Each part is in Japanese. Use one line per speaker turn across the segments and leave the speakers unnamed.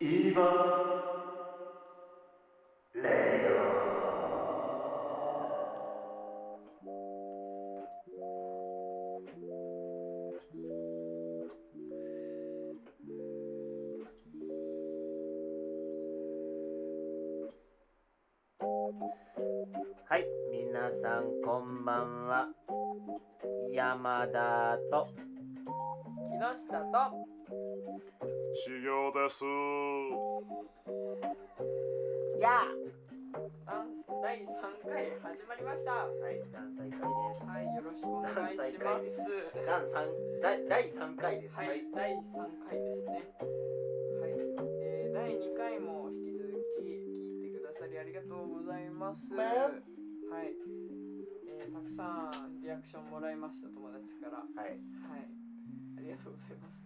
今レオはい皆さんこんばんは山田と
木下と
修行です。
や
ダンス第3回始まりましたは
はい段再開です
いよろしくお願いします
段三第第三回です
はい第3回ですねはい、えー、第2回も引き続き聞いてくださりありがとうございます
ま
は
あ
い、えー、たくさんリアクションもらいました友達からはい
はい
ありがとうございます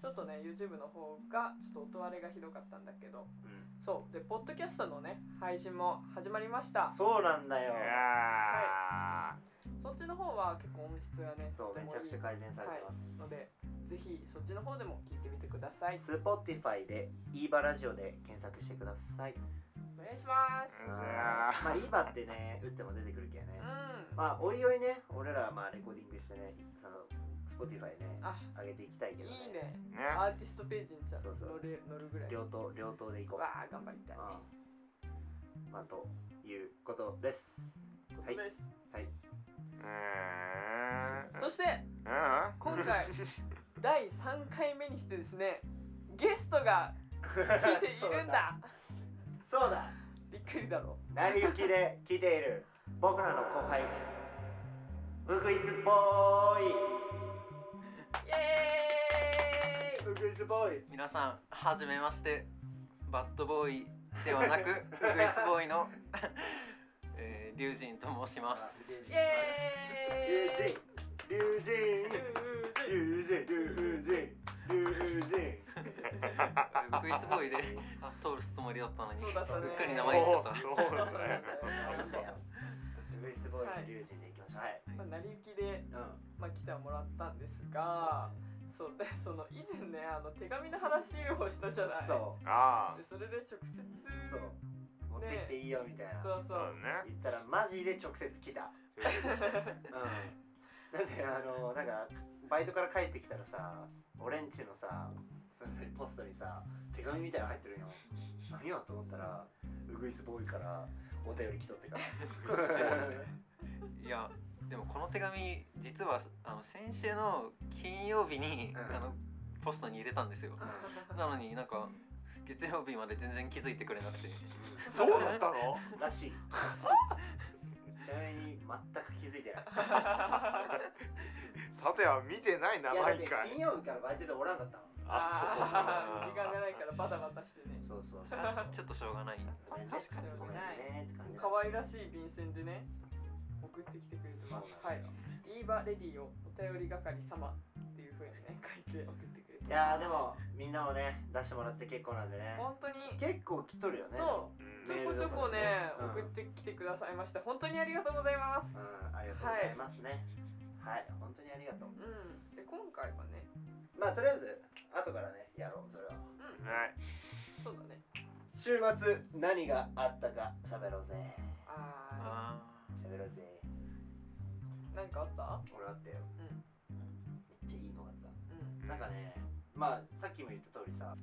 ちょっとね YouTube の方がちょっと音割れがひどかったんだけど
うん
そうでポッドキャストのね配信も始まりました
そうなんだ
い
よ
や
そっちの方は結構音質がね
そうめちゃくちゃ改
変
善されてます、
のでぜひそっちの方でも聞いてみてください
スポティファイでイーバラジオで検索してください。
お願いします
う
うん
ん
まあイーバってね打っても出てくるけどね。まあおいおいね俺らはまあレコーディングしてねそのスポティファイね
あ
上げていきたいけどね。
いいね
ーね。
アーティストページにちゃん
そうそう
乗る乗るぐらい
両党両党でいこう。
わあ頑張りたいね
うんまあということです。は
こ
い
とです
はい。
えー
そして
うん
今回第3回目にしてですねゲストが来ているんだ
そうだ。そうだ。
びっくりだろ
成り行きで来ている僕らの後輩ウグイスボー
イエー
イ。ウグイスボーイ。
皆さんはじめましてバッドボーイではなくウグイスボーイの、 えー、リュウジンと申します
イイエーイ
龍神龍神龍神龍神
ウグイスボーイで通るつもりだったのに
そうだったね
うっかり名前言っちゃった
そうなんだよ。
なんだよすごいすごい龍神でいきましょうはい
まあ成り行きで
うん
まあ、来てはもらったんですがそうで その以前ねあの手紙の話をしたじゃない
そ
あ
でそれで直接
うそう持ってきていいよみたいな
そう
あ、 そう
そう
だね。
言ったらマジで直接来たうんなんであのなんかバイトから帰ってきたらさ俺んちのさそのポストにさ手紙みたいなの入ってるんよ何やと思ったらウグイスボーイからお便り来とってから
いやでもこの手紙実はあの先週の金曜日に、
ん
あのポストに入れたんですよなのになんか月曜日まで全然気づいてくれ なくて
そうだったの？
らしいちなみに全く気づいてない
さては見てないない
やだっ
毎
て
回
金。曜日からバイトでおらんかったの
あ
ー
そう
時間がないからバタバタしてね
そうそうそう
ちょっとしょうがない
ごめんね
確かに
ごめんねって感じ
可愛らしい便箋でね送ってきてくれて
そうな
ま
ん
す
だよ
はいリーバレディをお便り係様っていう風にね書いて送ってくれて
いやーでもみんなもね出してもらって結構なんでね
本当に
結構来とるよね
そう
うん
ちょこちょこね
うん
送ってきてくださいまして本当にありがとうございます
うんありがとうございますねはい本当にありがとう
うんで今回はね
まあとりあえず後からねやろうそれは
うん
はい。
そうだね
週末何があったか喋ろうぜ
あ
あ
喋ろうぜ
ー何かあった
俺あったよ
うん
めっちゃいいのがあった
うん
なんかねまあさっきも言った通りさ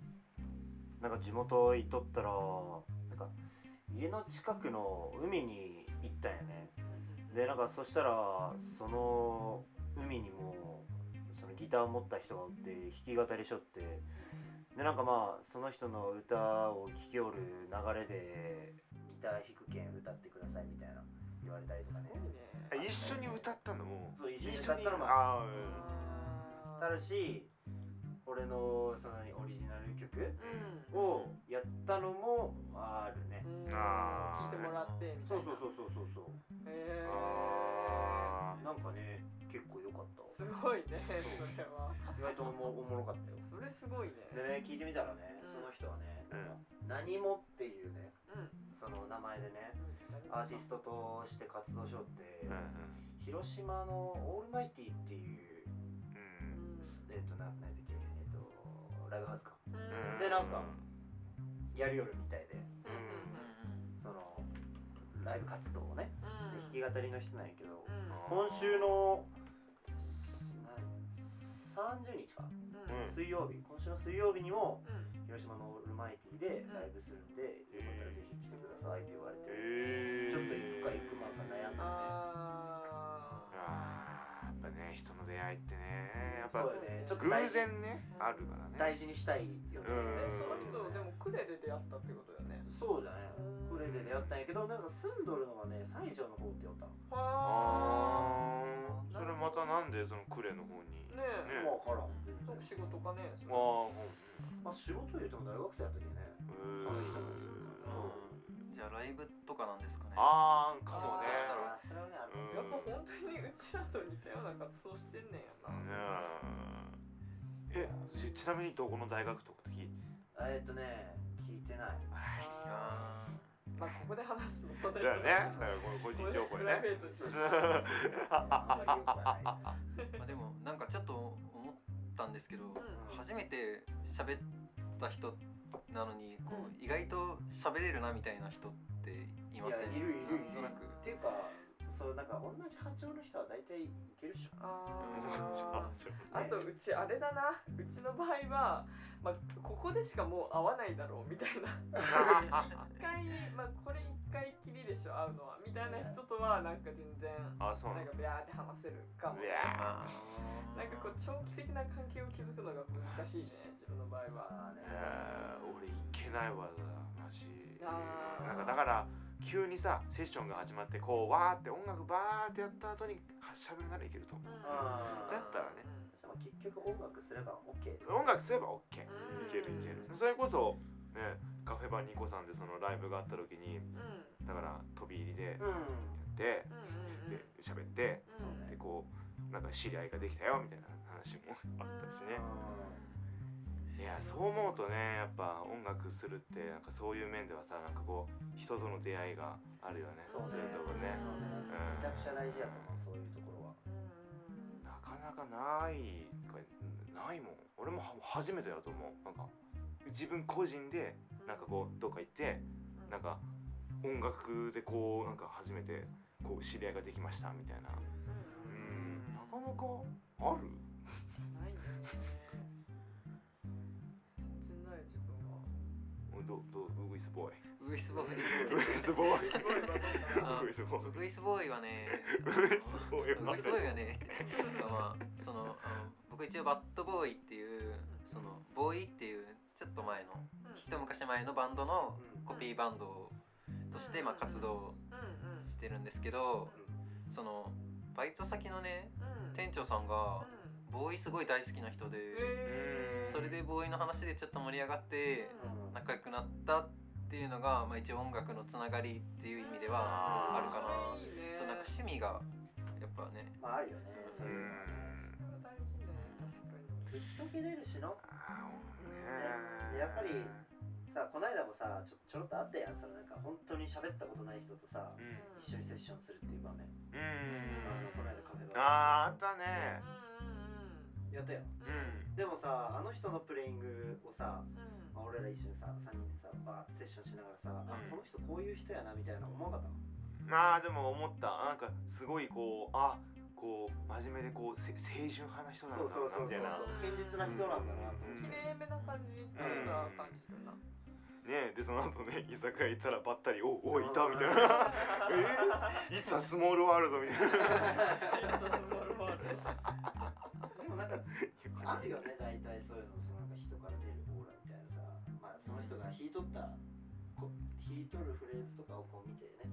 なんか地元行っとったらなんか家の近くの海に行ったんやねでなんかそしたらその海にもそのギターを持った人がおって弾き語りしょってでなんかまあその人の歌を聴きおる流れでギター弾くけん歌ってくださいみたいな言われたりとか
す
ね
ごいね
あ一緒に歌ったのも
そう一緒に歌ったのも
あーうん
あ
た
ー
だし俺のそのオリジナル曲
う
をやったのもあるね、
んうん
あー
聞いてもらってみた
そ
いうな
そうそうそうそうそう
えー
あ
なんかね結構良かった
すごいねそれは
意外とおもおもろかったよ
それすごいね
でね聞いてみたらね
うん
その人はね
うん
なんか何もっていうね
うん
その名前でね
うん
アーティストとして活動しようって、
ー。
広島のオールマイティっていう
う
うんん
えっ、とななんだっけえっ、とライブハウスか
う
うん
ん
でなんかやりよるみたいで
うんうん
そのライブ活動をねで
うん
弾き語りの人なんやけど
う
今週のすな30日か
んうん
うん
水曜日今週の水曜日にも
うん
広島のオールマイティでライブするんでよかったらぜひ来てくださいって言われて
え
ちょっと行くか行くまか悩んだ
あー
あーやっぱね人の出会いってねやっ
そう
ぱ
やねちょっと大
偶
事
然ねあるからね
大事にしたいよね
うん
その人で
ね
もクレで出会ったってことよね
そうじゃねこれで出会ったんやけどなんか住んどるのはね西条の方って言ったの
は
あーそれまたなんでその呉の方に
あ
ね
ねえ
え
もう分からん
そう仕事かね
あー
まあ仕事言うても大学生やったけどね
うん
その人もそう
じゃあライブとかなんですかね
あー
そ
か
う
も
ね
ね
あそれはねある
やっぱ本当にうちらと似たような活動してんねんやな、
うんねえちちなみにどこの大学とかと聞いて
えーっとね聞いて ない
あ
あ
ーまあここで話すのも
そうだよねだからこの個
個
人情報
プ
で
ライベ
ね
ートにし まし
あんまりよくはない
ーまあでもなんかちょっと思ったんですけど、
ん
初めて喋った人なのにこう、
う
意外と喋れるなみたいな人っていません
いやいるいるいる
なんとなく
っていうかそうなんか同じ波長の人は大体いけるっしょ
あーあとうちあれだなうちの場合は、まあ、ここでしかもう会わないだろうみたいな一回、まあ、これ一回きりでしょ会うのはみたいな人とはなんか全然
あそうな
なんん
だ
かビャーって話せるかも
うわ
あー
なんかこう長期的な関係を築くのが難しいね自分の場合は
まあね
えー俺いけないわマジ
あー
なんかだから急にさセッションが始まってこうわーって音楽バーってやった後にはしゃべるならいけると思う
あー
だったらね
でも結局音楽すれば OK って
音楽すれば OK
うん
いけるいけるそれこそねカフェバーニコさんでそのライブがあった時に
うんうん
だから飛び入りでやっ
うん
て
うんうん
で喋って
そうね
でこうなんか知り合いができたよみたいな話もあったしねいやそう思うとねやっぱ音楽するってなんかそういう面ではさなんかこう人との出会いがあるよね
そうね
そういうとこね
そうね
うん
めちゃくちゃ大事やと思うそういうところは
うん
なかなかないかないもん俺もは初めてだと思うなんか自分個人でなんかこうどっか行ってなんか音楽でこうなんか初めてこう知り合いができましたみたいな
うん
うんなかなかある
ないね全然ない自分は
どどウグイスボーイ
ウグイスボーイ
ウグイスボーイ
すごいバカ
あ
ウグイスボーイ
ウグイスボーイはね
ウグイスボーイ
ウグイスボーイはねまあそのあの僕一応バッドボーイっていうそのボーイっていうちょっと前の一昔前のバンドのコピーバンドとしてまあ活動
うんうん
してるんですけどそのバイト先のね
うん
店長さんが
うん
ボーイすごい大好きな人で
えー
それでボーイの話でちょっと盛り上がって
うん
仲良くなったっていうのが、まあ、一応音楽のつながりっていう意味ではあるかな
それいいね
そうなんか趣味がやっぱね
まああるよねそうういうのは
ん
それは
打
大事ね確かに
ち解けれるしの
あ
ねでやっぱりさあこないだもさちょちょろっとあったやんそのなんか本当に喋ったことない人とさ
うん
一緒にセッションするっていう場面
う
あのこ
ん
の間カフェバ
あーあったね
う
ーやったよ
んうんうん
でもさあの人のプレイングをさ、
うん
まあ、俺ら一緒にさ3人でさバーってセッションしながらさ、あこの人こういう人やなみたいな思わなかったの
まあでも思ったなんかすごいこうあこう真面目でこうせ清純派な人なん
そ
だ
うそうそう
みた
そうそう
いな
堅実な人なんだなと思っ
綺
て、
麗めな感じっていうのは感じるな
ねでその後ね居酒屋行ったらばったり「おおいた」みたいな 「えいつはスモールワールド」みたいな
でもなんかあるよね大体そういうのそのなんか人から出るオーラみたいなさまあその人が弾いとったこ弾いとるフレーズとかをこう見てね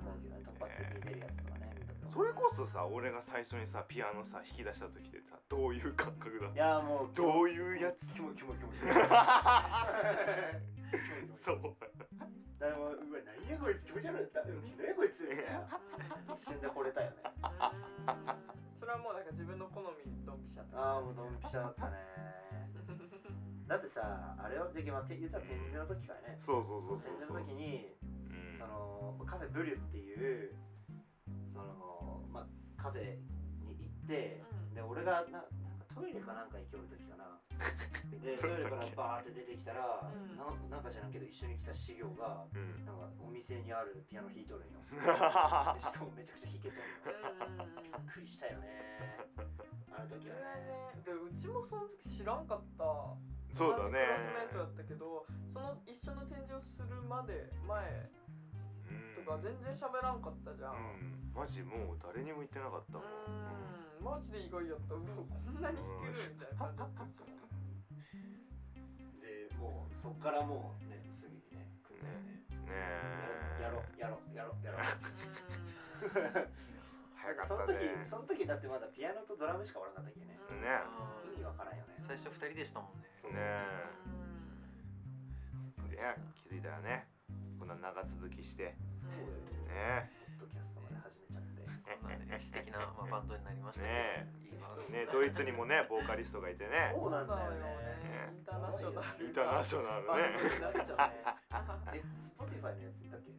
思うけどね突発的に出るやつとかね見たこと
それこそさ俺が最初にさピアノさ引き出した時でさどういう感覚だ
いやもう
どういうやつ
キモいキモいキモい
そう
だからもううわ何やこいつ気持ち悪いな何やこいつみたいな一瞬で惚れたよね
それはもうなんか自分の好みにドンピシャって
ああもうドンピシャだったねだってさあれをじゃあまあて言ったら展示の時からね
そうそうそうそ
展示
うそ
の
う
時に
うん
そのカフェブリュっていうそのまあカフェに行って
うん
で俺がななんかトイレかなんか行きよる時かなでトイレからバーって出てきたら、
うん
なんかなんかじゃないけど一緒に来た修行が
うん
なんかお店にあるピアノ弾いとる んよでしかもめちゃくちゃ弾けとる
うん
よ
うんうん
びっくりしたよねあの
そ
時
れ
は
は
ね
ねでうちもその時知らんかった
そうだ
同じク
ね
ラスメートだったけどその一緒の展示をするまで前とか全然喋らんかったじゃん
う、ん、マジもう誰にも言ってなかったもん、
うーんマジで意外やったうわこんなに弾けるみたいな感じだったうちも
でもうそっからもうねすぐにね来るんだよね
ねえ
やろやろやろやろ
う
や ろ
早か
その
った
時
ね
その時だってまだピアノとドラムしかおらんかったっけね
ーん
ね
意味わからんよね
最初二人でしたもんね
そう
ねえで気づいたらねこんな長続きして
そうよ
ね
ポッドキャストまで始めちゃって
こんなね素敵な、まあ、バンドになりました
ね
けどいいバンド
えねえドイツにもねボーカリストがいてね
そうなんだよね
インターナショナル
インターナショナルね
なっちゃうね
あ
え、Spotify のやつ言ったっけ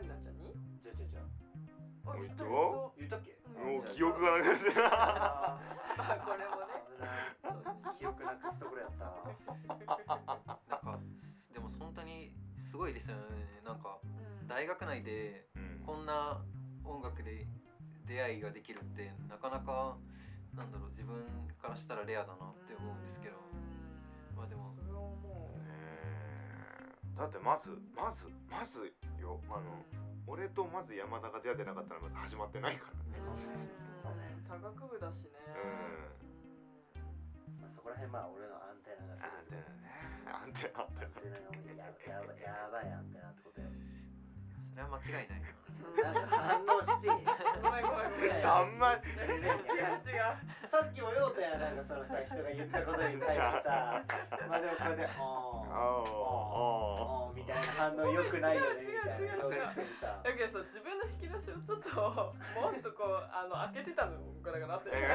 りなちゃんに
じゃじゃじゃ
あ
言った
よ
よ
言ったっけ
もう記憶がなく なって
あ
あこれも
ー
ね
危ない記憶なくすところやった
なんかでも本当にすごいですよねなんか大学内で
うん
こんな音楽で出会いができるってなかなかなんだろう自分からしたらレアだなって思うんですけどまあでも
それはも
ねえだってまずまずまずよあ
う
の俺とまず山田が出会ってなかったらまず始まってないからね
そうね そうね
多 学部だしね
まあそこら辺まあ俺のアンテナがす
アンテ
ごい
ナねアンテナアンテ
アンテナがもうややばやばいアンテナってことよ
それは間違い ないな
なんか反応して
ごめんごめんごめん
ナだんまり
違う違う
さっきもようたやなんかそのさ人が言ったことに対してさまあでもこれで「おー
あ
おー
あ
おー」みたいな反応よくないよねみたいな
違う違う違う
ようたくせにさ
だけどさ自分の引き出しをちょっともっとこうあの開けてたのよガラ ガラって。ガラ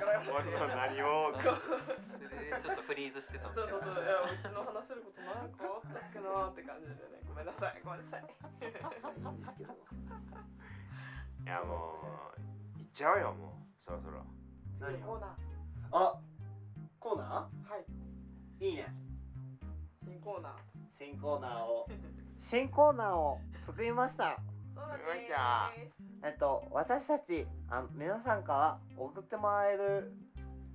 ガラって
俺は何を
それでちょっとフリーズしてたみ
そ
たいうな
そうそういやうちの話せることなんかあったっけなって感じでねごめんなさいごめんなさい。
いいんですけど
いやもう行っちゃうよもうそろそろ
何
コー
を
ナ
あコーナ
ーはい
ーいいね
新コーナー。
新コーナーを新コーナーを作りました
そうなんです。
えっと私たちあ皆さんから送ってもらえる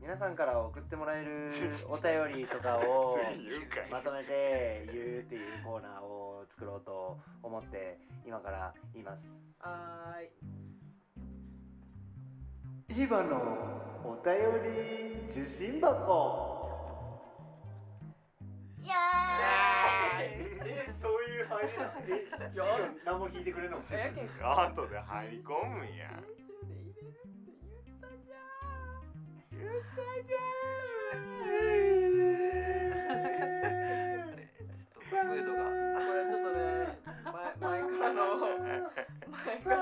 皆さんから送ってもらえるお便りとか を
次言うかい
まとめて言うっていうコーナーを作ろうと思って今から言います
はーい。
今のお便り受信箱えそういう入りなのえしかも何も聞いてくれないもん
えやけん。
後で入り込むんや
編集で入れるって言ったじゃん。これちょっとね前前か
ちょっとムードが
らの前から。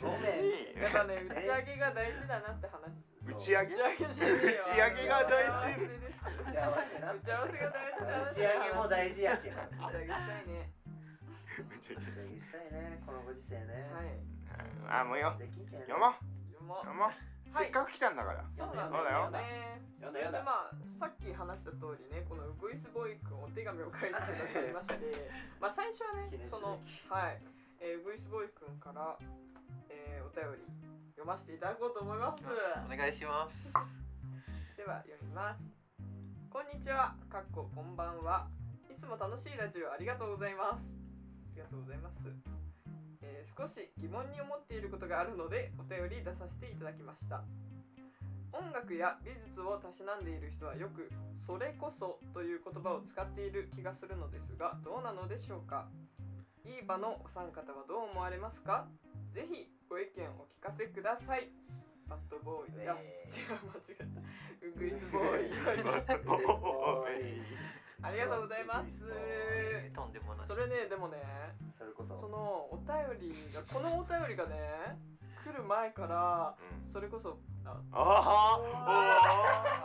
ごめん
やっぱね打ち上げが大事だなって話。
打ち
打
上げ
ち上げじゃねえよ
打ち上げが大事
打ち合わせです
打ち合わせな
打ち合わせが大事
打ち上げも大事
だ
やけど
打ち上げしたいね
打ち上げしたいねこのご時世ね、
はい
あもうよ
できんけんね
読もう
読もう
読もうせっかく来たんだから
そうなん
そう
だよ
だよ
ね
読んだ読んだ
でまあさっき話した通りねこのウグイスボーイ君お手紙を書いてください ましてまあ最初はね
記念すべ
そ
き
のはい、えー、ウグイスボーイ君から、えー、お便り読ませていただこうと思います
お願いします
では読みますこんにちはかっここんばんはいつも楽しいラジオありがとうございますありがとうございます、えー少し疑問に思っていることがあるのでお便り出させていただきました音楽や美術をたしなんでいる人はよく「それこそ」という言葉を使っている気がするのですがどうなのでしょうかいい場のお三方はどう思われますかぜひご意見をお聞かせくださいバッドボーイが、
えー
違う間違えたウグイスボーイよりありがとうございます。
えーとんでもない
それねでもね
それこそ
そのお便りがこのお便りがね来る前からそれこそあ
あ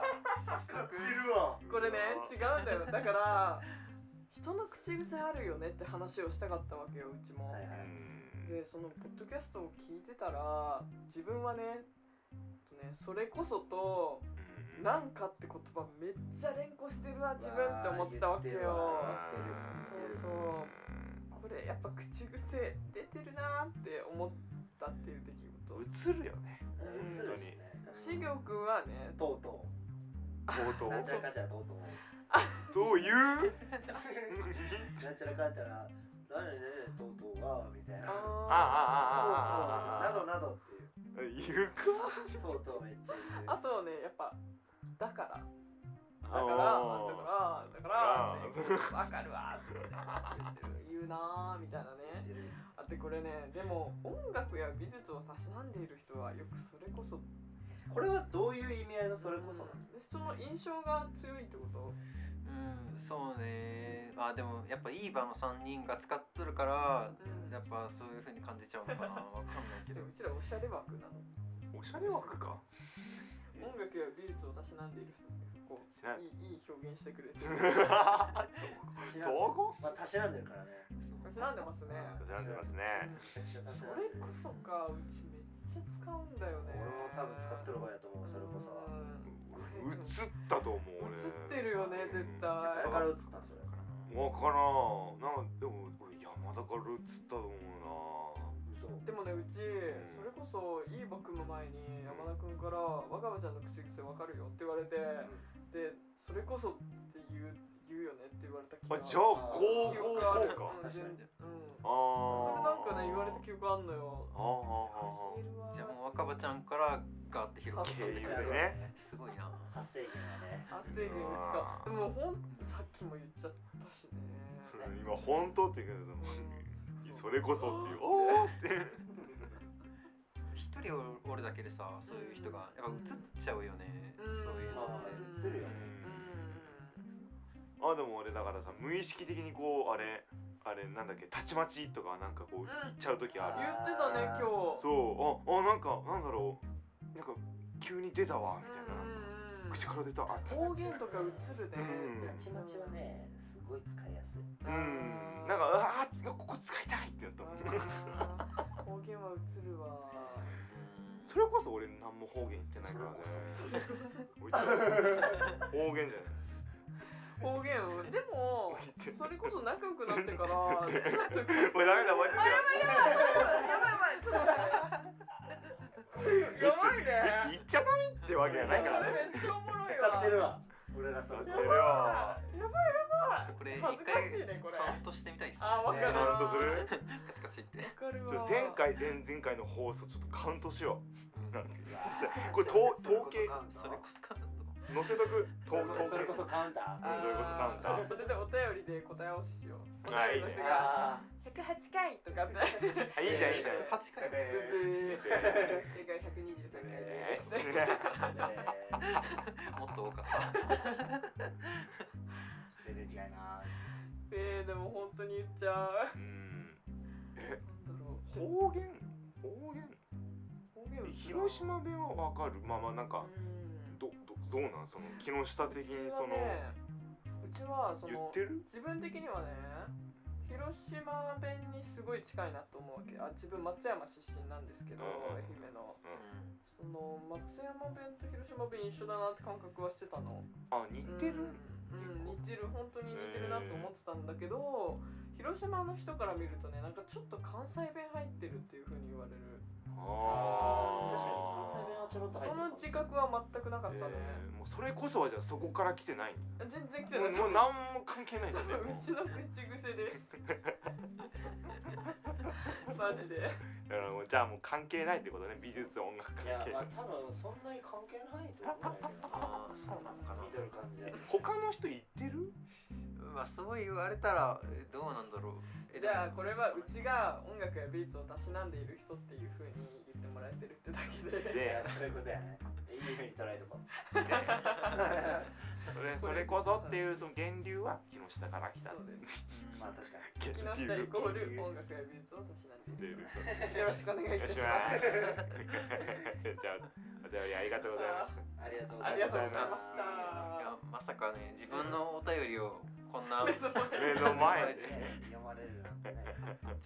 使ってるわ
これね違うんだよだから人の口癖あるよねって話をしたかったわけようちも。
はいは
あ
い
でそのポッドキャストを聞いてたら自分はねえっとねそれこそと
うん
なんかって言葉めっちゃ連呼してるわ自分って思ってたわけよ
言ってる
そうこれやっぱ口癖出てるなーって思ったっていう出来事
映るよね
映るしね
しげおくんはね
とうとう
とう
なんちゃらかんちゃらとうとう
とうどういう
なんちゃらかんちゃら誰々々とうとうはみたい
あ
な
あ
あ
な
あ
どなどっていう
あああ言うか
とうとうめっちゃ言う
あとねやっぱだからだからだ
おー
からだからってわかるわーって言うなーみたいな
言って
ね
る
あってこれねでも音楽や美術をたしなんでいる人はよくそれこそ
これはどういう意味合いのそれこそなの
うん人の印象が強いってこと
うんそうねあでもやっぱいい場の3人が使っとるから
うん
やっぱそういう風に感じちゃうのかなわかんないけ
け
ど
どうちらおしゃれ枠なの
おしゃれ枠か
音楽や美術をたしなんでいる人ってこう
知らん
いいいい表現してくれて
そ
る
知らん
ここ
まあたしなんでるからね
たしなんでますね
選んでますね
めちゃくちゃたし
そ
なんで
れ
る
こそかうちめっちゃ使うんだよね
俺も多分使ってる方やと思うそれこそ
うん
映ったと思う俺
映ってるよね絶対
誰から映ったんそれ
わからんなんでも俺山田から映ったと思うな
嘘
でもねうちそれこそいいバ組む前に山田君から「若葉ちゃんの口癖わかるよ」って言われてで「それこそ」って言う言うよねって言われた気
あ
が
じゃあこう
記
こ
憶
う
ある
こ
うん
確かに
うん
うかあ
そ
あ
れなんかね言われた記憶あんのよ
あ
消
ーあ
えるわ
じゃあもう若葉ちゃんからガーって広げて
経
き
由
て
でね
すごいな
発生源がね
発生源うちかでもほんさっきも言っちゃった しね
それ今本当って言うけど
うん
それこそっていうおおって
一人おるだけでさそういう人がやっぱ映っちゃうよね
う
そ
ん
ういうの
ま
っ
あ
て
映るよね
うん
あでも俺だからさ無意識的にこうあれあれなんだっけたちまちとかなんかこう
うん
言っちゃう時あ
言
る、
ってたね今日
そうああなんかなんだろうなんか急に出たわみたいな、
うん
口から出たあ
方言とか映るね
うん
たちまちはねすごい使いやすい
うんなんかあーつここ使いたいってなったもん
あー方言は映るわ
う ん
それこそ俺何も方言言ってないからねおいちょっと方言じゃない
方言をでもそれこそ仲良くなって からちょっとやばい
おいダメだマジで
やば いやばいちょっと待ってやばいね
別に言っちゃダメってわけじゃないからね
めっちゃおもろいわ
使ってるわ俺らそれこ
使って
や
る
ばい
そ
やば
わ
いやばい恥
これ一
ずかしい
回
ねこれ
カウントしてみたいっすね
あわかる
ね
カウントす
わ
る
カチカチって
かるわ
ちょ前回前前回の放送ちょっとカウントしようなんか実際これ
そそ
統
れ
統
こ
計
そ
それこそカウント
載せとく
カウン
統
ターそ
統
れこ
計
そカウンター
うんそれこそカウンター
あそれでお便りで答え合わせしよう
あいいね
お便りの人が
あ
108回とかって
あいいじゃんいいじ ゃん
え
8回
ー
ブブー正解123回
え
です
え
ー
もっと多かった
ー全然違いな
えー、でも本当に言っちゃう
うんえ
なんだろう
方言方言
方言うちら
広島弁はわかるまあまあなんか
うん
どどどうなんその木下的にその
うちはねうちはそ
言
の
ってる
自分的にはね広島弁にすごい近いなと思うわけあ自分松山出身なんですけど、
うん
愛媛の
うん
その松山弁と広島弁一緒だなって感覚はしてたの
あ似て
う
る
ん、うん、似てる本当に似てるなと思ってたんだけど、広島の人から見るとねなんかちょっと関西弁入ってるっていう風に言われる
あー確かに関西弁
あ
はちょろっと入って
そ
る
の自覚は全くなか
ー
ったね、
えーもうそれこそはじゃあそこから来てない
全然来て
も
な
う
い
もう何も関係ないん
多
だね
分 うちの口癖です。 マジで。
だからもうじゃあもう関係ないってことね美術音楽
い
関
や
係
まあ多分そんなに関係ないと思うんだけど
あーそうなのかな
見てる感じで
他の人言ってる
まあそう言われたらえどうなんだろうえ
じゃあこれはうちが音楽や美術をたしなんでいる人っていう風に言ってもらえてるってだけ
い
で。
で
やそういうことやねいいふうに捉えとこう
それそれこそっていうその源流は木下から来た
そう です。
うん
まあ確かに
木
源流
下イコール音楽や美術をたしなんでいる人。よろしくお願いい
お
た
願い し
し
ます
ます。
じゃあお便りありがとうございます
ありがとうござ
あ
います
りがとうございまし
あ
た。
まあまさかね自分のお便りをこんなちょっ
目 の前で
ね読まれるなんてね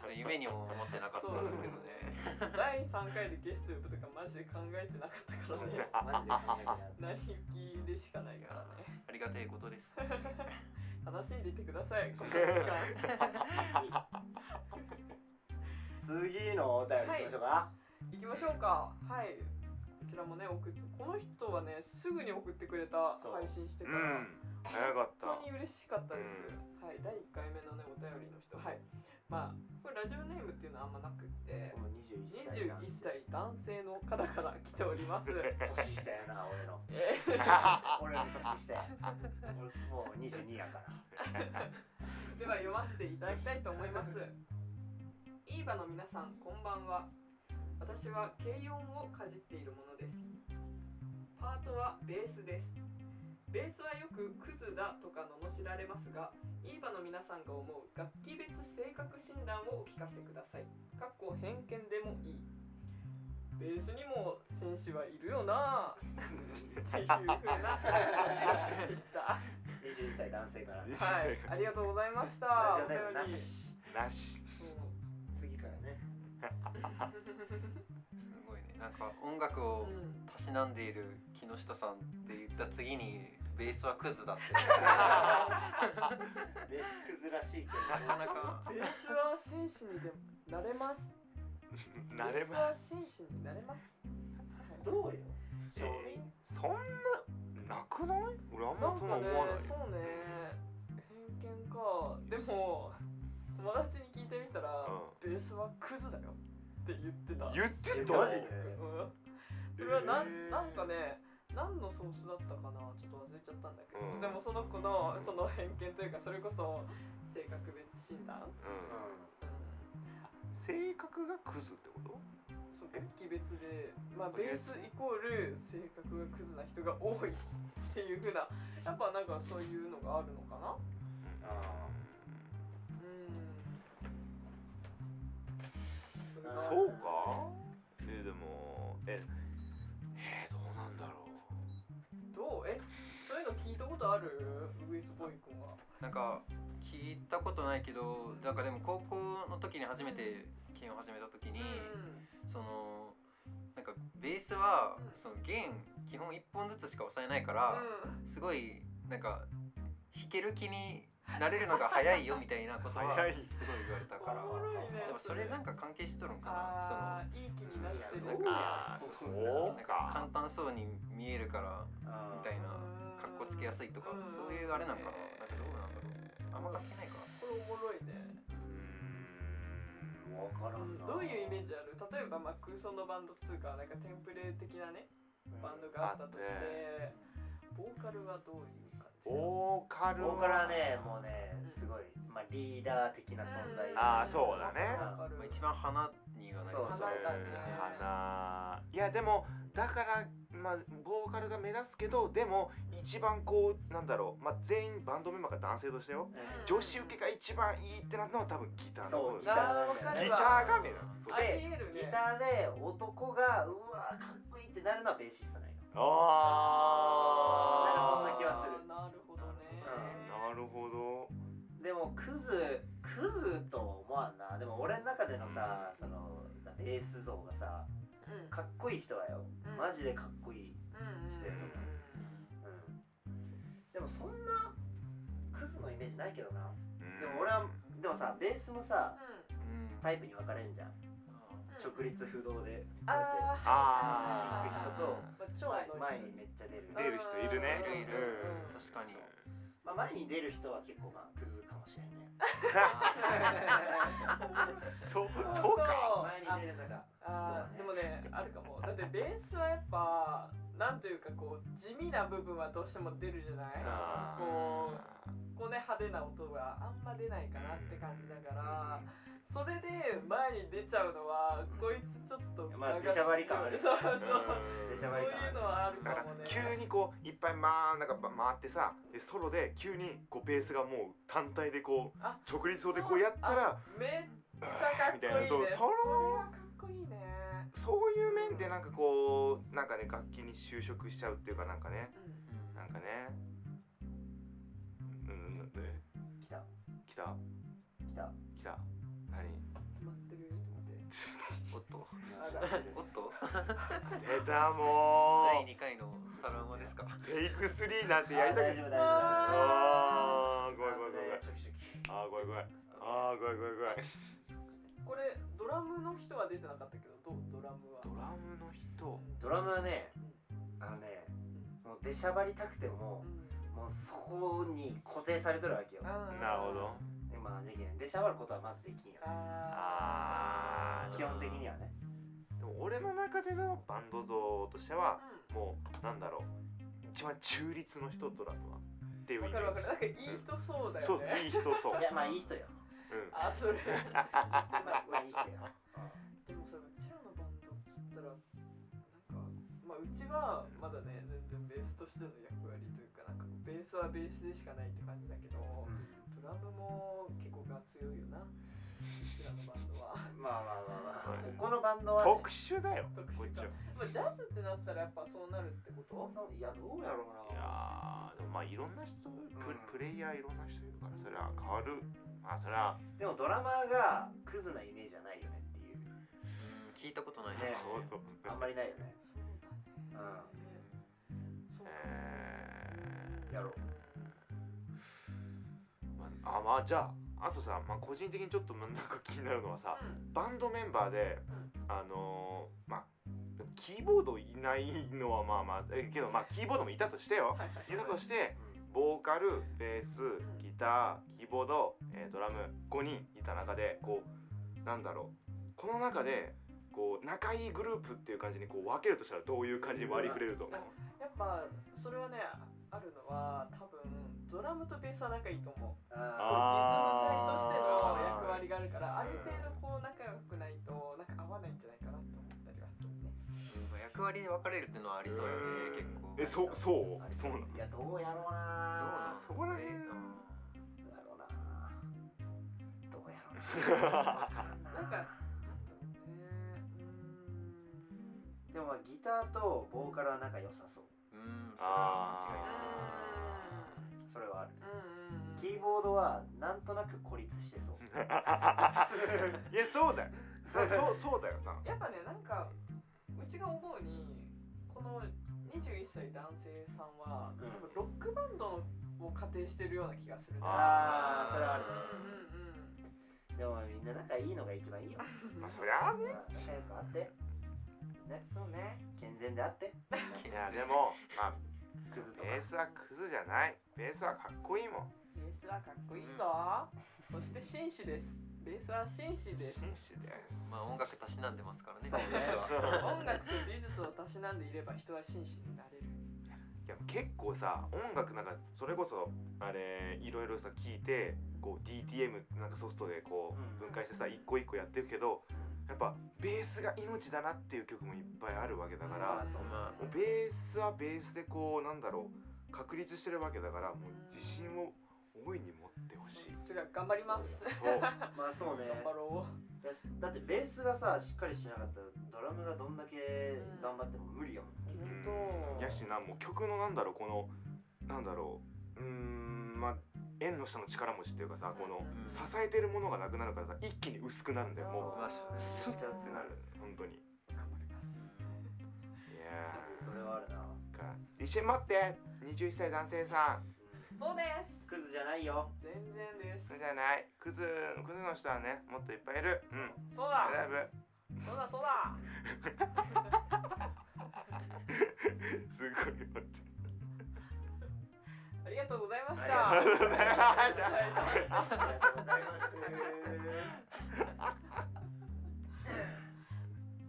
と夢にも思ってなかったですけどね
第3回でゲスト呼ぶとかマジで考えてなかったからね
マジで考えてなかった
成り行きでしかないから ね
ありがたいことです
楽しんでいってくださいこの時間
次のお便りいきましょうか、
行きましょうかはいこちらもね送っこの人はねすぐに送ってくれた
そう
配信して
う
から、
ん早かっ
本当
た
に嬉しかったです、はい第1回目のねお便りの人はいまあこれラジオネームっていうのはあんまなくって
もう21歳
21
だ
歳男性の方から来ており ます
年下やな俺の
えー
俺の年下や俺もう22やから
では読ませていただきたいと思いますイーバの皆さんこんばんは私は軽音をかじっているものですパートはベースですベースはよくクズだとか罵られますがイーバの皆さんが思う楽器別性格診断をお聞かせくださいかっこ偏見でもいいベースにも選手はいるよなぁっていうふうな感じでした
21歳男性から
はい、ありがとうございました。
ラジ
お
オネームな
便り
し
なし
そう
次からね
すごいねなんか音楽を
うん
たしなんでいる木下さんって言った次にベースはクズ だって
ベースクズらしいけど
なかなか
ベースは真摯にでもなれます。
な
ベー
れ
ス
ば
は真摯になれます。はい
どうよ庶民
そんななくない俺あん
な
ま
ん
そ
か
んな
ね
思わない、
そうね、偏見か。でも友達に聞いてみたら、ベースはクズだよって言ってた。
言ってた
マジで
うんそれはなん、
えー
なんかね何のソースだったかなちょっと忘れちゃったんだけど、
うん
でもその子のその偏見というかそれこそ性格別診断、
うん
う
うん、
性格がクズってこと
そう楽器別で、まあ、ベースイコール性格がクズな人が多いっていうふうなやっぱなんかそういうのがあるのかな
あ
うんそれ
あ
が
ー
そうかえでもええー、どうなんだろ
どう
う
えそういうの聞いたことあるウエスボーイ君は
なんか聞いたことないけどなんかでも高校の時に初めて剣を始めた時に、そのなんかベースは
うん
その弦基本1本ずつしか押さえないか
う
ら、
ん
すごいなんか弾ける気になれるのが早いよみたいなことは
早い
すごい言われたか
おも
ら。
ろいね
でもそれなんか関係しとるんか
あ
な
ーいい気になってる
いやどうあ
か
ー
そのなんか簡単そうに見えるから
あ
みたいな
うん
格好つけやすいとか
うん
そういうあれなんかななんかどうなんだろうあんま関係ないか
これおもろいね、
う
分からんな
どういうイメージある例えばまあ空想のバンドっつうかなんかテンプレ的なねバンドがあったとして
あって
ボーカルはどういう感じ
ーんボーカルは
ボーカルはねもうねすごい、まあ、リーダー的な存在
あーそうだね
わかる
まあ一番花にはなり
そう
ま
そ
す
う
ね
花だね
花いやでもだからまあボーカルが目立つけどでも一番こうなんだろうまあ全員バンドメンバーが男性としてよ
うん
女子受けが一番いいってなったのは多分ギターの
そうギ
方ギ
ター
ター
あーわかるわ
が目立つそう
ありえる
ギ
ね
ターで男がうわーかっこいいってなるのはベーシストなんよ
あ
なんかそんな
ー
気はする
あーなるほどね
なるほど
でもクズクズとは思わんなでも俺の中でのさそのベース像がさ
うん
かっこいい人はよ
うん
マジでかっこいい、
うん
してると思うん、でもそんなクズのイメージないけどなでも俺はでもさベースもさ
うん
タイプに分かれるんじゃん直立不動で
あー
あ
ー弾く人と
ま
こ
あ
う
超あ
やっ
の
て前前にめっちゃ出る、
出る人いるね
いるいる
うん
確かに
まあ、前に出る人は結構まあクズかもしれんね
あー
そうそうか
前に出るのが
あーでもねあるかもだってベースはやっぱなんというかこう地味な部分はどうしても出るじゃない
あー
こうこうね派手な音があんま出ないかなって感じだからそれで前に出ちゃうのはこいつちょっと
まあ出しゃばり感ある
そうそう
うん
出し
そ
ゃ
う
ばり
いうのはある
だ
か
か
らもね
急にこういっぱいまあなんかば回ってさでソロで急にこうベースがもう単体でこう
あ
直立そうでこうやったら
めっちゃかっこいい
みたい
ね
な
そ
そう
れ
その
はかっこいいね
そういう面でなんかこうなんかね楽器に就職しちゃうっていうかなんかね
うん
なんかねた
来た
来た何
止まってる
ちょっと待って
おっと
あら
おっと
出たも
第
う
2回のトラウマですか
テイク3なんてやりたく
大
ない
丈夫大丈夫
あーごめんごめんごめん
チョキチョキ
あーごめんごめんあーごめんごめんごめん
これドラムの人は出てなかったけどどうドラムは
ドラムの人
ドラムはねあのねもう出しゃばりたくてももうそこに固定されとるわけよ
なるほど
でまあできない出しゃばることはまずできんよね
あ
あー
基本的にはね
でも俺の中でのバンド像として
あ
はもうなんだろう一番中立の人ドラムはっていうイ
わ
メ
かるわ
ー
か
ジ
るなんかいい人そうだ
そ
よ
う
ね
いい人そう
いやまあいい人よ
うん
あそれ
まあまあいい人よ
でもそれうちらのバンドっつったらなんかまあうちはまだね全然ベースとしての役割というかなんかベースはベースでしかないって感じだけど
う
ド
ん
ラムも結構が強いよなうちらのバンドは。
まあまあまあまあここのバンドはね
特殊だよこ
特
っちは
殊
い
か
や
まあ、ジャズってなったらやっぱそうなるってこ
そも
と
そもいやどうやろうな
ーでもまあいろんな人ププレイヤーいろんな人いるからそれは変わるまあそれは
でもドラマーがクズなイメージはないよねっていう
うん聞いたことないで
そ
す
う
ねあんまりないよね
そうだね。そうか。
えー
やろう
まああまあじゃああとさ、まあ、個人的にちょっとなんか気になるのはさバンドメンバーであのー、まあキーボードいないのはまあまあえけどまあキーボードもいたとしてよ
はいはい
いたとしてボーカルベースギターキーボード、えードラム5人いた中でこうなんだろうこの中でこう仲いいグループっていう感じにこう分けるとしたらどういう感じに割り振れると思う
やっぱそれはねあるのは多分ドラムとベースは仲いいと思う。リズム隊としての
あ
役割があるからある程度こう仲良くないとなんか合わないんじゃないかなと思ったりはするね。
うん役割で分かれるってのはありそうよね結構
えそう
ー
そ
あ
う
れ
そうなの
いやどうやろう
どう
な
なん
そこら辺
えうん
どうやろうなどうやろうなわか んな
なんかねう
でもまあギターとボーカルは仲良さそう
うんそれは間違いない
それはある
ーんうんうん
キーボードはなんとなく孤立して そう
いやそうだよそうそうだよな
やっぱねなんかうちが思うにこの21歳男性さんは
うん
多分ロックバンドを仮定してるような気がするね。
あーそれはある
うん
ねでもみんな仲いいのが一番いいよ
うんう
まあ
ん、
そりゃあね
まあ仲良くあって
そうね。
健全であ って
いやでもまあ
クズとか
ベースはクズじゃないベースはかっこいいもん
ベースはかっこいいぞ。そして紳士です。ベースは紳士で
紳
す。
士です
まあ音楽たしなんでますからね
そうね
ベースは
音楽と美術をたしなんでいれば人は紳士になれる。
いや結構さ音楽なんかそれこそあれいろいろさ聞いてこう DTM なんかソフトでこう
うん
分解してさ一個一個やってるけどやっぱベースが命だなっていう曲もいっぱいあるわけだから
あそう
ま
もうベースはベースでこうなんだろう確立してるわけだからもう自信を大いに持ってほしい。
とにかく 頑張ります。
そう
まあそうね
頑張ろう。
いやだってベースがさしっかりしなかったらドラムがどんだけ頑張っても無理やもん、
本
うん
当。
やしなもう曲のなんだろうこのなんだろううーんまあ縁の下の力持ちっていうかさこの
うん
支えてるものがなくなるからさ一気に薄くなるんだよ
そ
もう
うわそう
スッ
めっちゃ薄
て
く
な
な
る
る
本当にい
頑張ります。
や
それはあるな、
ーか一瞬待って21歳男性さん
うん
そうです。
クズじゃないよ
全然です
それ。じゃないクズクズの人はねもっといっぱいいるうん
そう
だい
だ。
ぶ
そうだそうだ。
すごい待って
ありがとうございまし
ありがとうご
た。
ざい
は
ありがとうございます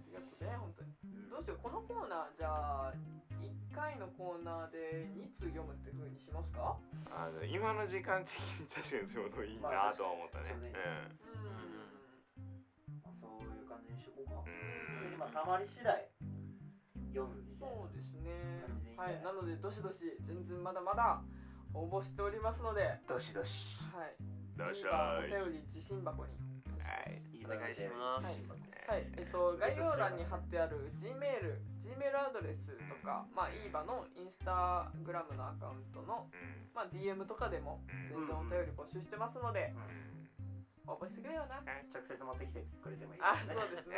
いやっとね本当に。どうしようこのコーナーじゃあ1回のコーナーで2通読むって風にしますか？
あの今の時間的に確かにちょうどいい
ま
な
あ
とは思ったね
ちょうどいい
うん。
まあそういう感じにしとこうか
うんうん
でまあたまり次第読むみたいな
そうですね
感じでいい。んじゃ
は
ない
い。なのでどしどし全然まだまだ応募しておりますので、は
どしどし
い。
どうしよ
今お
う
便り受信箱にどしどし。
はい
お願いします
自信持って
はい、えっと概要欄に貼ってある G メール、G メールアドレスとか、まあ Eva のインスタグラムのアカウントの
うん
まあ DM とかでも全然お便り募集してますので、
うん
応募してくれよな。
直接持ってきてくれてもいい
あ、
です
そう
ね
ですね。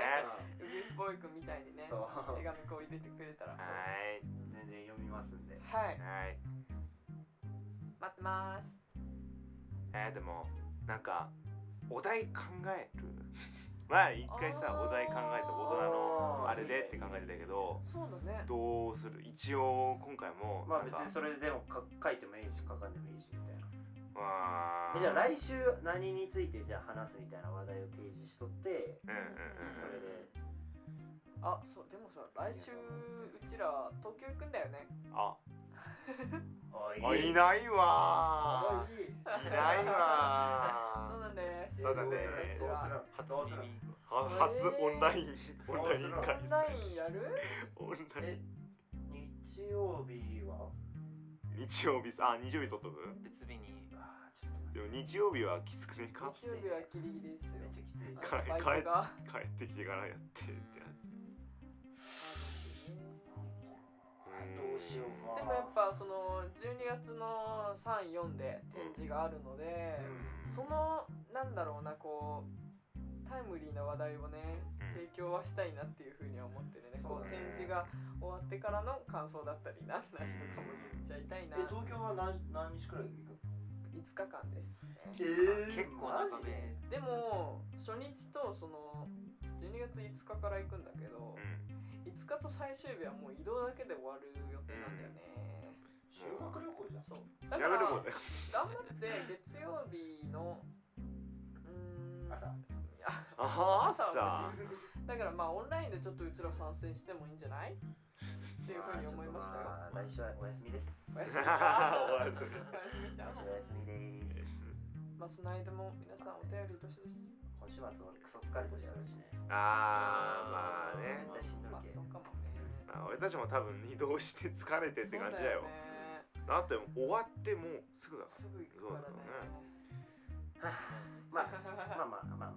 う
ウグイスボーイ君みたいにね
ん、そうは
手紙こう入れてくれたら、はい
全然読みますんで
い、
はい
待ってます。
えー、でもなんかお題考える 前一回さ
あー
お題考えて大人のあれでって考えてたけど
そうだね。
どうする一応今回も
まあ
なん
別
か
にそれでもか書いてもいいし書かんでもいいしみたいな
あ
え
ー
じゃあ来週何についてじゃあ話すみたいな話題を提示しとって
うんうんうん
それで
あ、そうでもさ、来週うちら東京行くんだよね。
あ
あ
あいないわ
あいい
ーいな
そ
い
う
わ
なんです。
そうだね
うちら
初
どうする
耳
ーは初オンラインオンライン
オ
開
ンラ
催
インやる？
オンライ
え日曜日は
ン日曜日さあ日曜日撮っとく
別日に
あーちょっと待
で
っ
も日曜日はきつくねえか
日曜日はキリギリです
てめ
よ
っ。ちゃきつい
か
あのバイトが
帰ってきてからやってってなって
あどうしようか
でもやっぱその12月の34で展示があるので、
うん
そのなんだろうなこうタイムリーな話題をね
うん
提供はしたいなっていうふうには思ってるね
そうだ
こう
ね
展示が終わってからの感想だったりなんなりとかも言っちゃいたいな
え東京は何何日くらい行く
5日間です
え
ね
結構長め
でも初日とその12月5日から行くんだけど
う
5
ん
日と最終日はもう移動だけで終わる予定なんだよね
修学旅行じゃん
そうだ
やめ
から
るも
頑
んね
張って月曜日のうーん
朝
あ
あは
朝は
さ
ねだからまあオンラインでちょっとうちら参戦してもいいんじゃないっていうふうに思いました
あ
よ。
ーちょっとまあ来週はお休みです
おやす み
おやすみ
おやすみち
来週お休みです
ゃん まあその間も皆さんお便りどしどし。
今週末俺クソ疲れてるやろうしね
あーまあね
絶対しんどい
まあ
け
そうかもね。
まあ俺たちも多分移動して疲れてって感じだよ
そうね
だって終わってもうすぐだか
すぐ行くからね。
まあまあまあまあ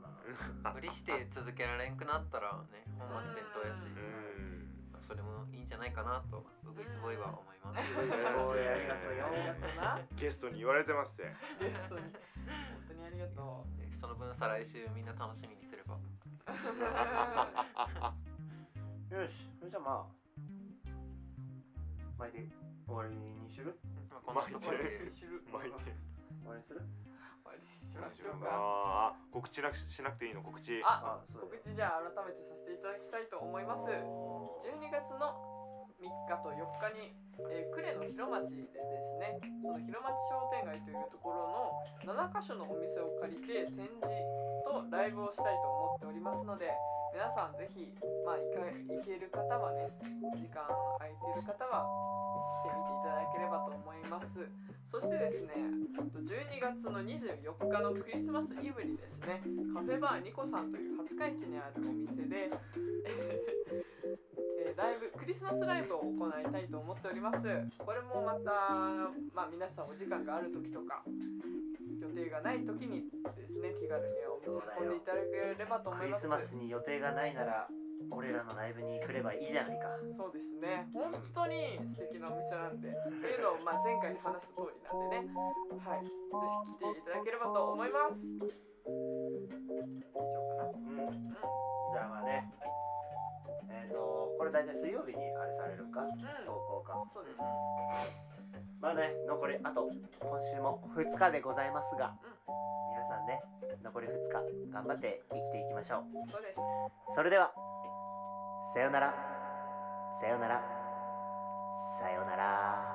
まあ
無理して続けられんくなったらね本末転倒やし
らうん
それもいいんじゃないかなとウグイスボーイは思います
すごいありがとうよ
ありがとうな。
ゲストに言われてますって
ゲストに。本当にあり がとう。
でその分再来週みんな楽しみにすれば
よしそれじゃあまあ巻いて終わりにする
まあこんなところ
巻いて
で
る
知る。終
巻いて
終わりにする
わりにしましょうか。
あー告知なくししなくていいの告知
あ
あそう
告知じゃあ改めてさせていただきたいと思います12月の3日と4日に、えー、呉の広町でですねその広町商店街というところの7カ所のお店を借りて展示とライブをしたいと思っておりますので皆さんぜひ、まあ、行か行ける方はね時間空いてる方は来てみていただければと思いますそしてですねえっと12月の24日のクリスマスイブにですねカフェバーニコさんという廿日市にあるお店で、 えーライブクリスマスライブを行いたいと思っておりますこれもまた、まあ、皆さんお時間がある時とか予定がない時にですね気軽にお店に運んでいただければと思
ク
い
リ
ま
ス
す
マスに予定がないなら俺らのライブに来ればいいじゃないか
そうですね本当に素敵なお店なんでというのを、まあ、前回話した通りなんでねはいぜひ来ていただければと思います以上かな
うんじゃあまあねえっ、とこれ大体水曜日にあれされるんか投
う
稿か
んそうです
まあね残りあと今週も2日でございますが、皆さんね残り2日頑張って生きていきましょう
そうです
それではさよならさよならさよなら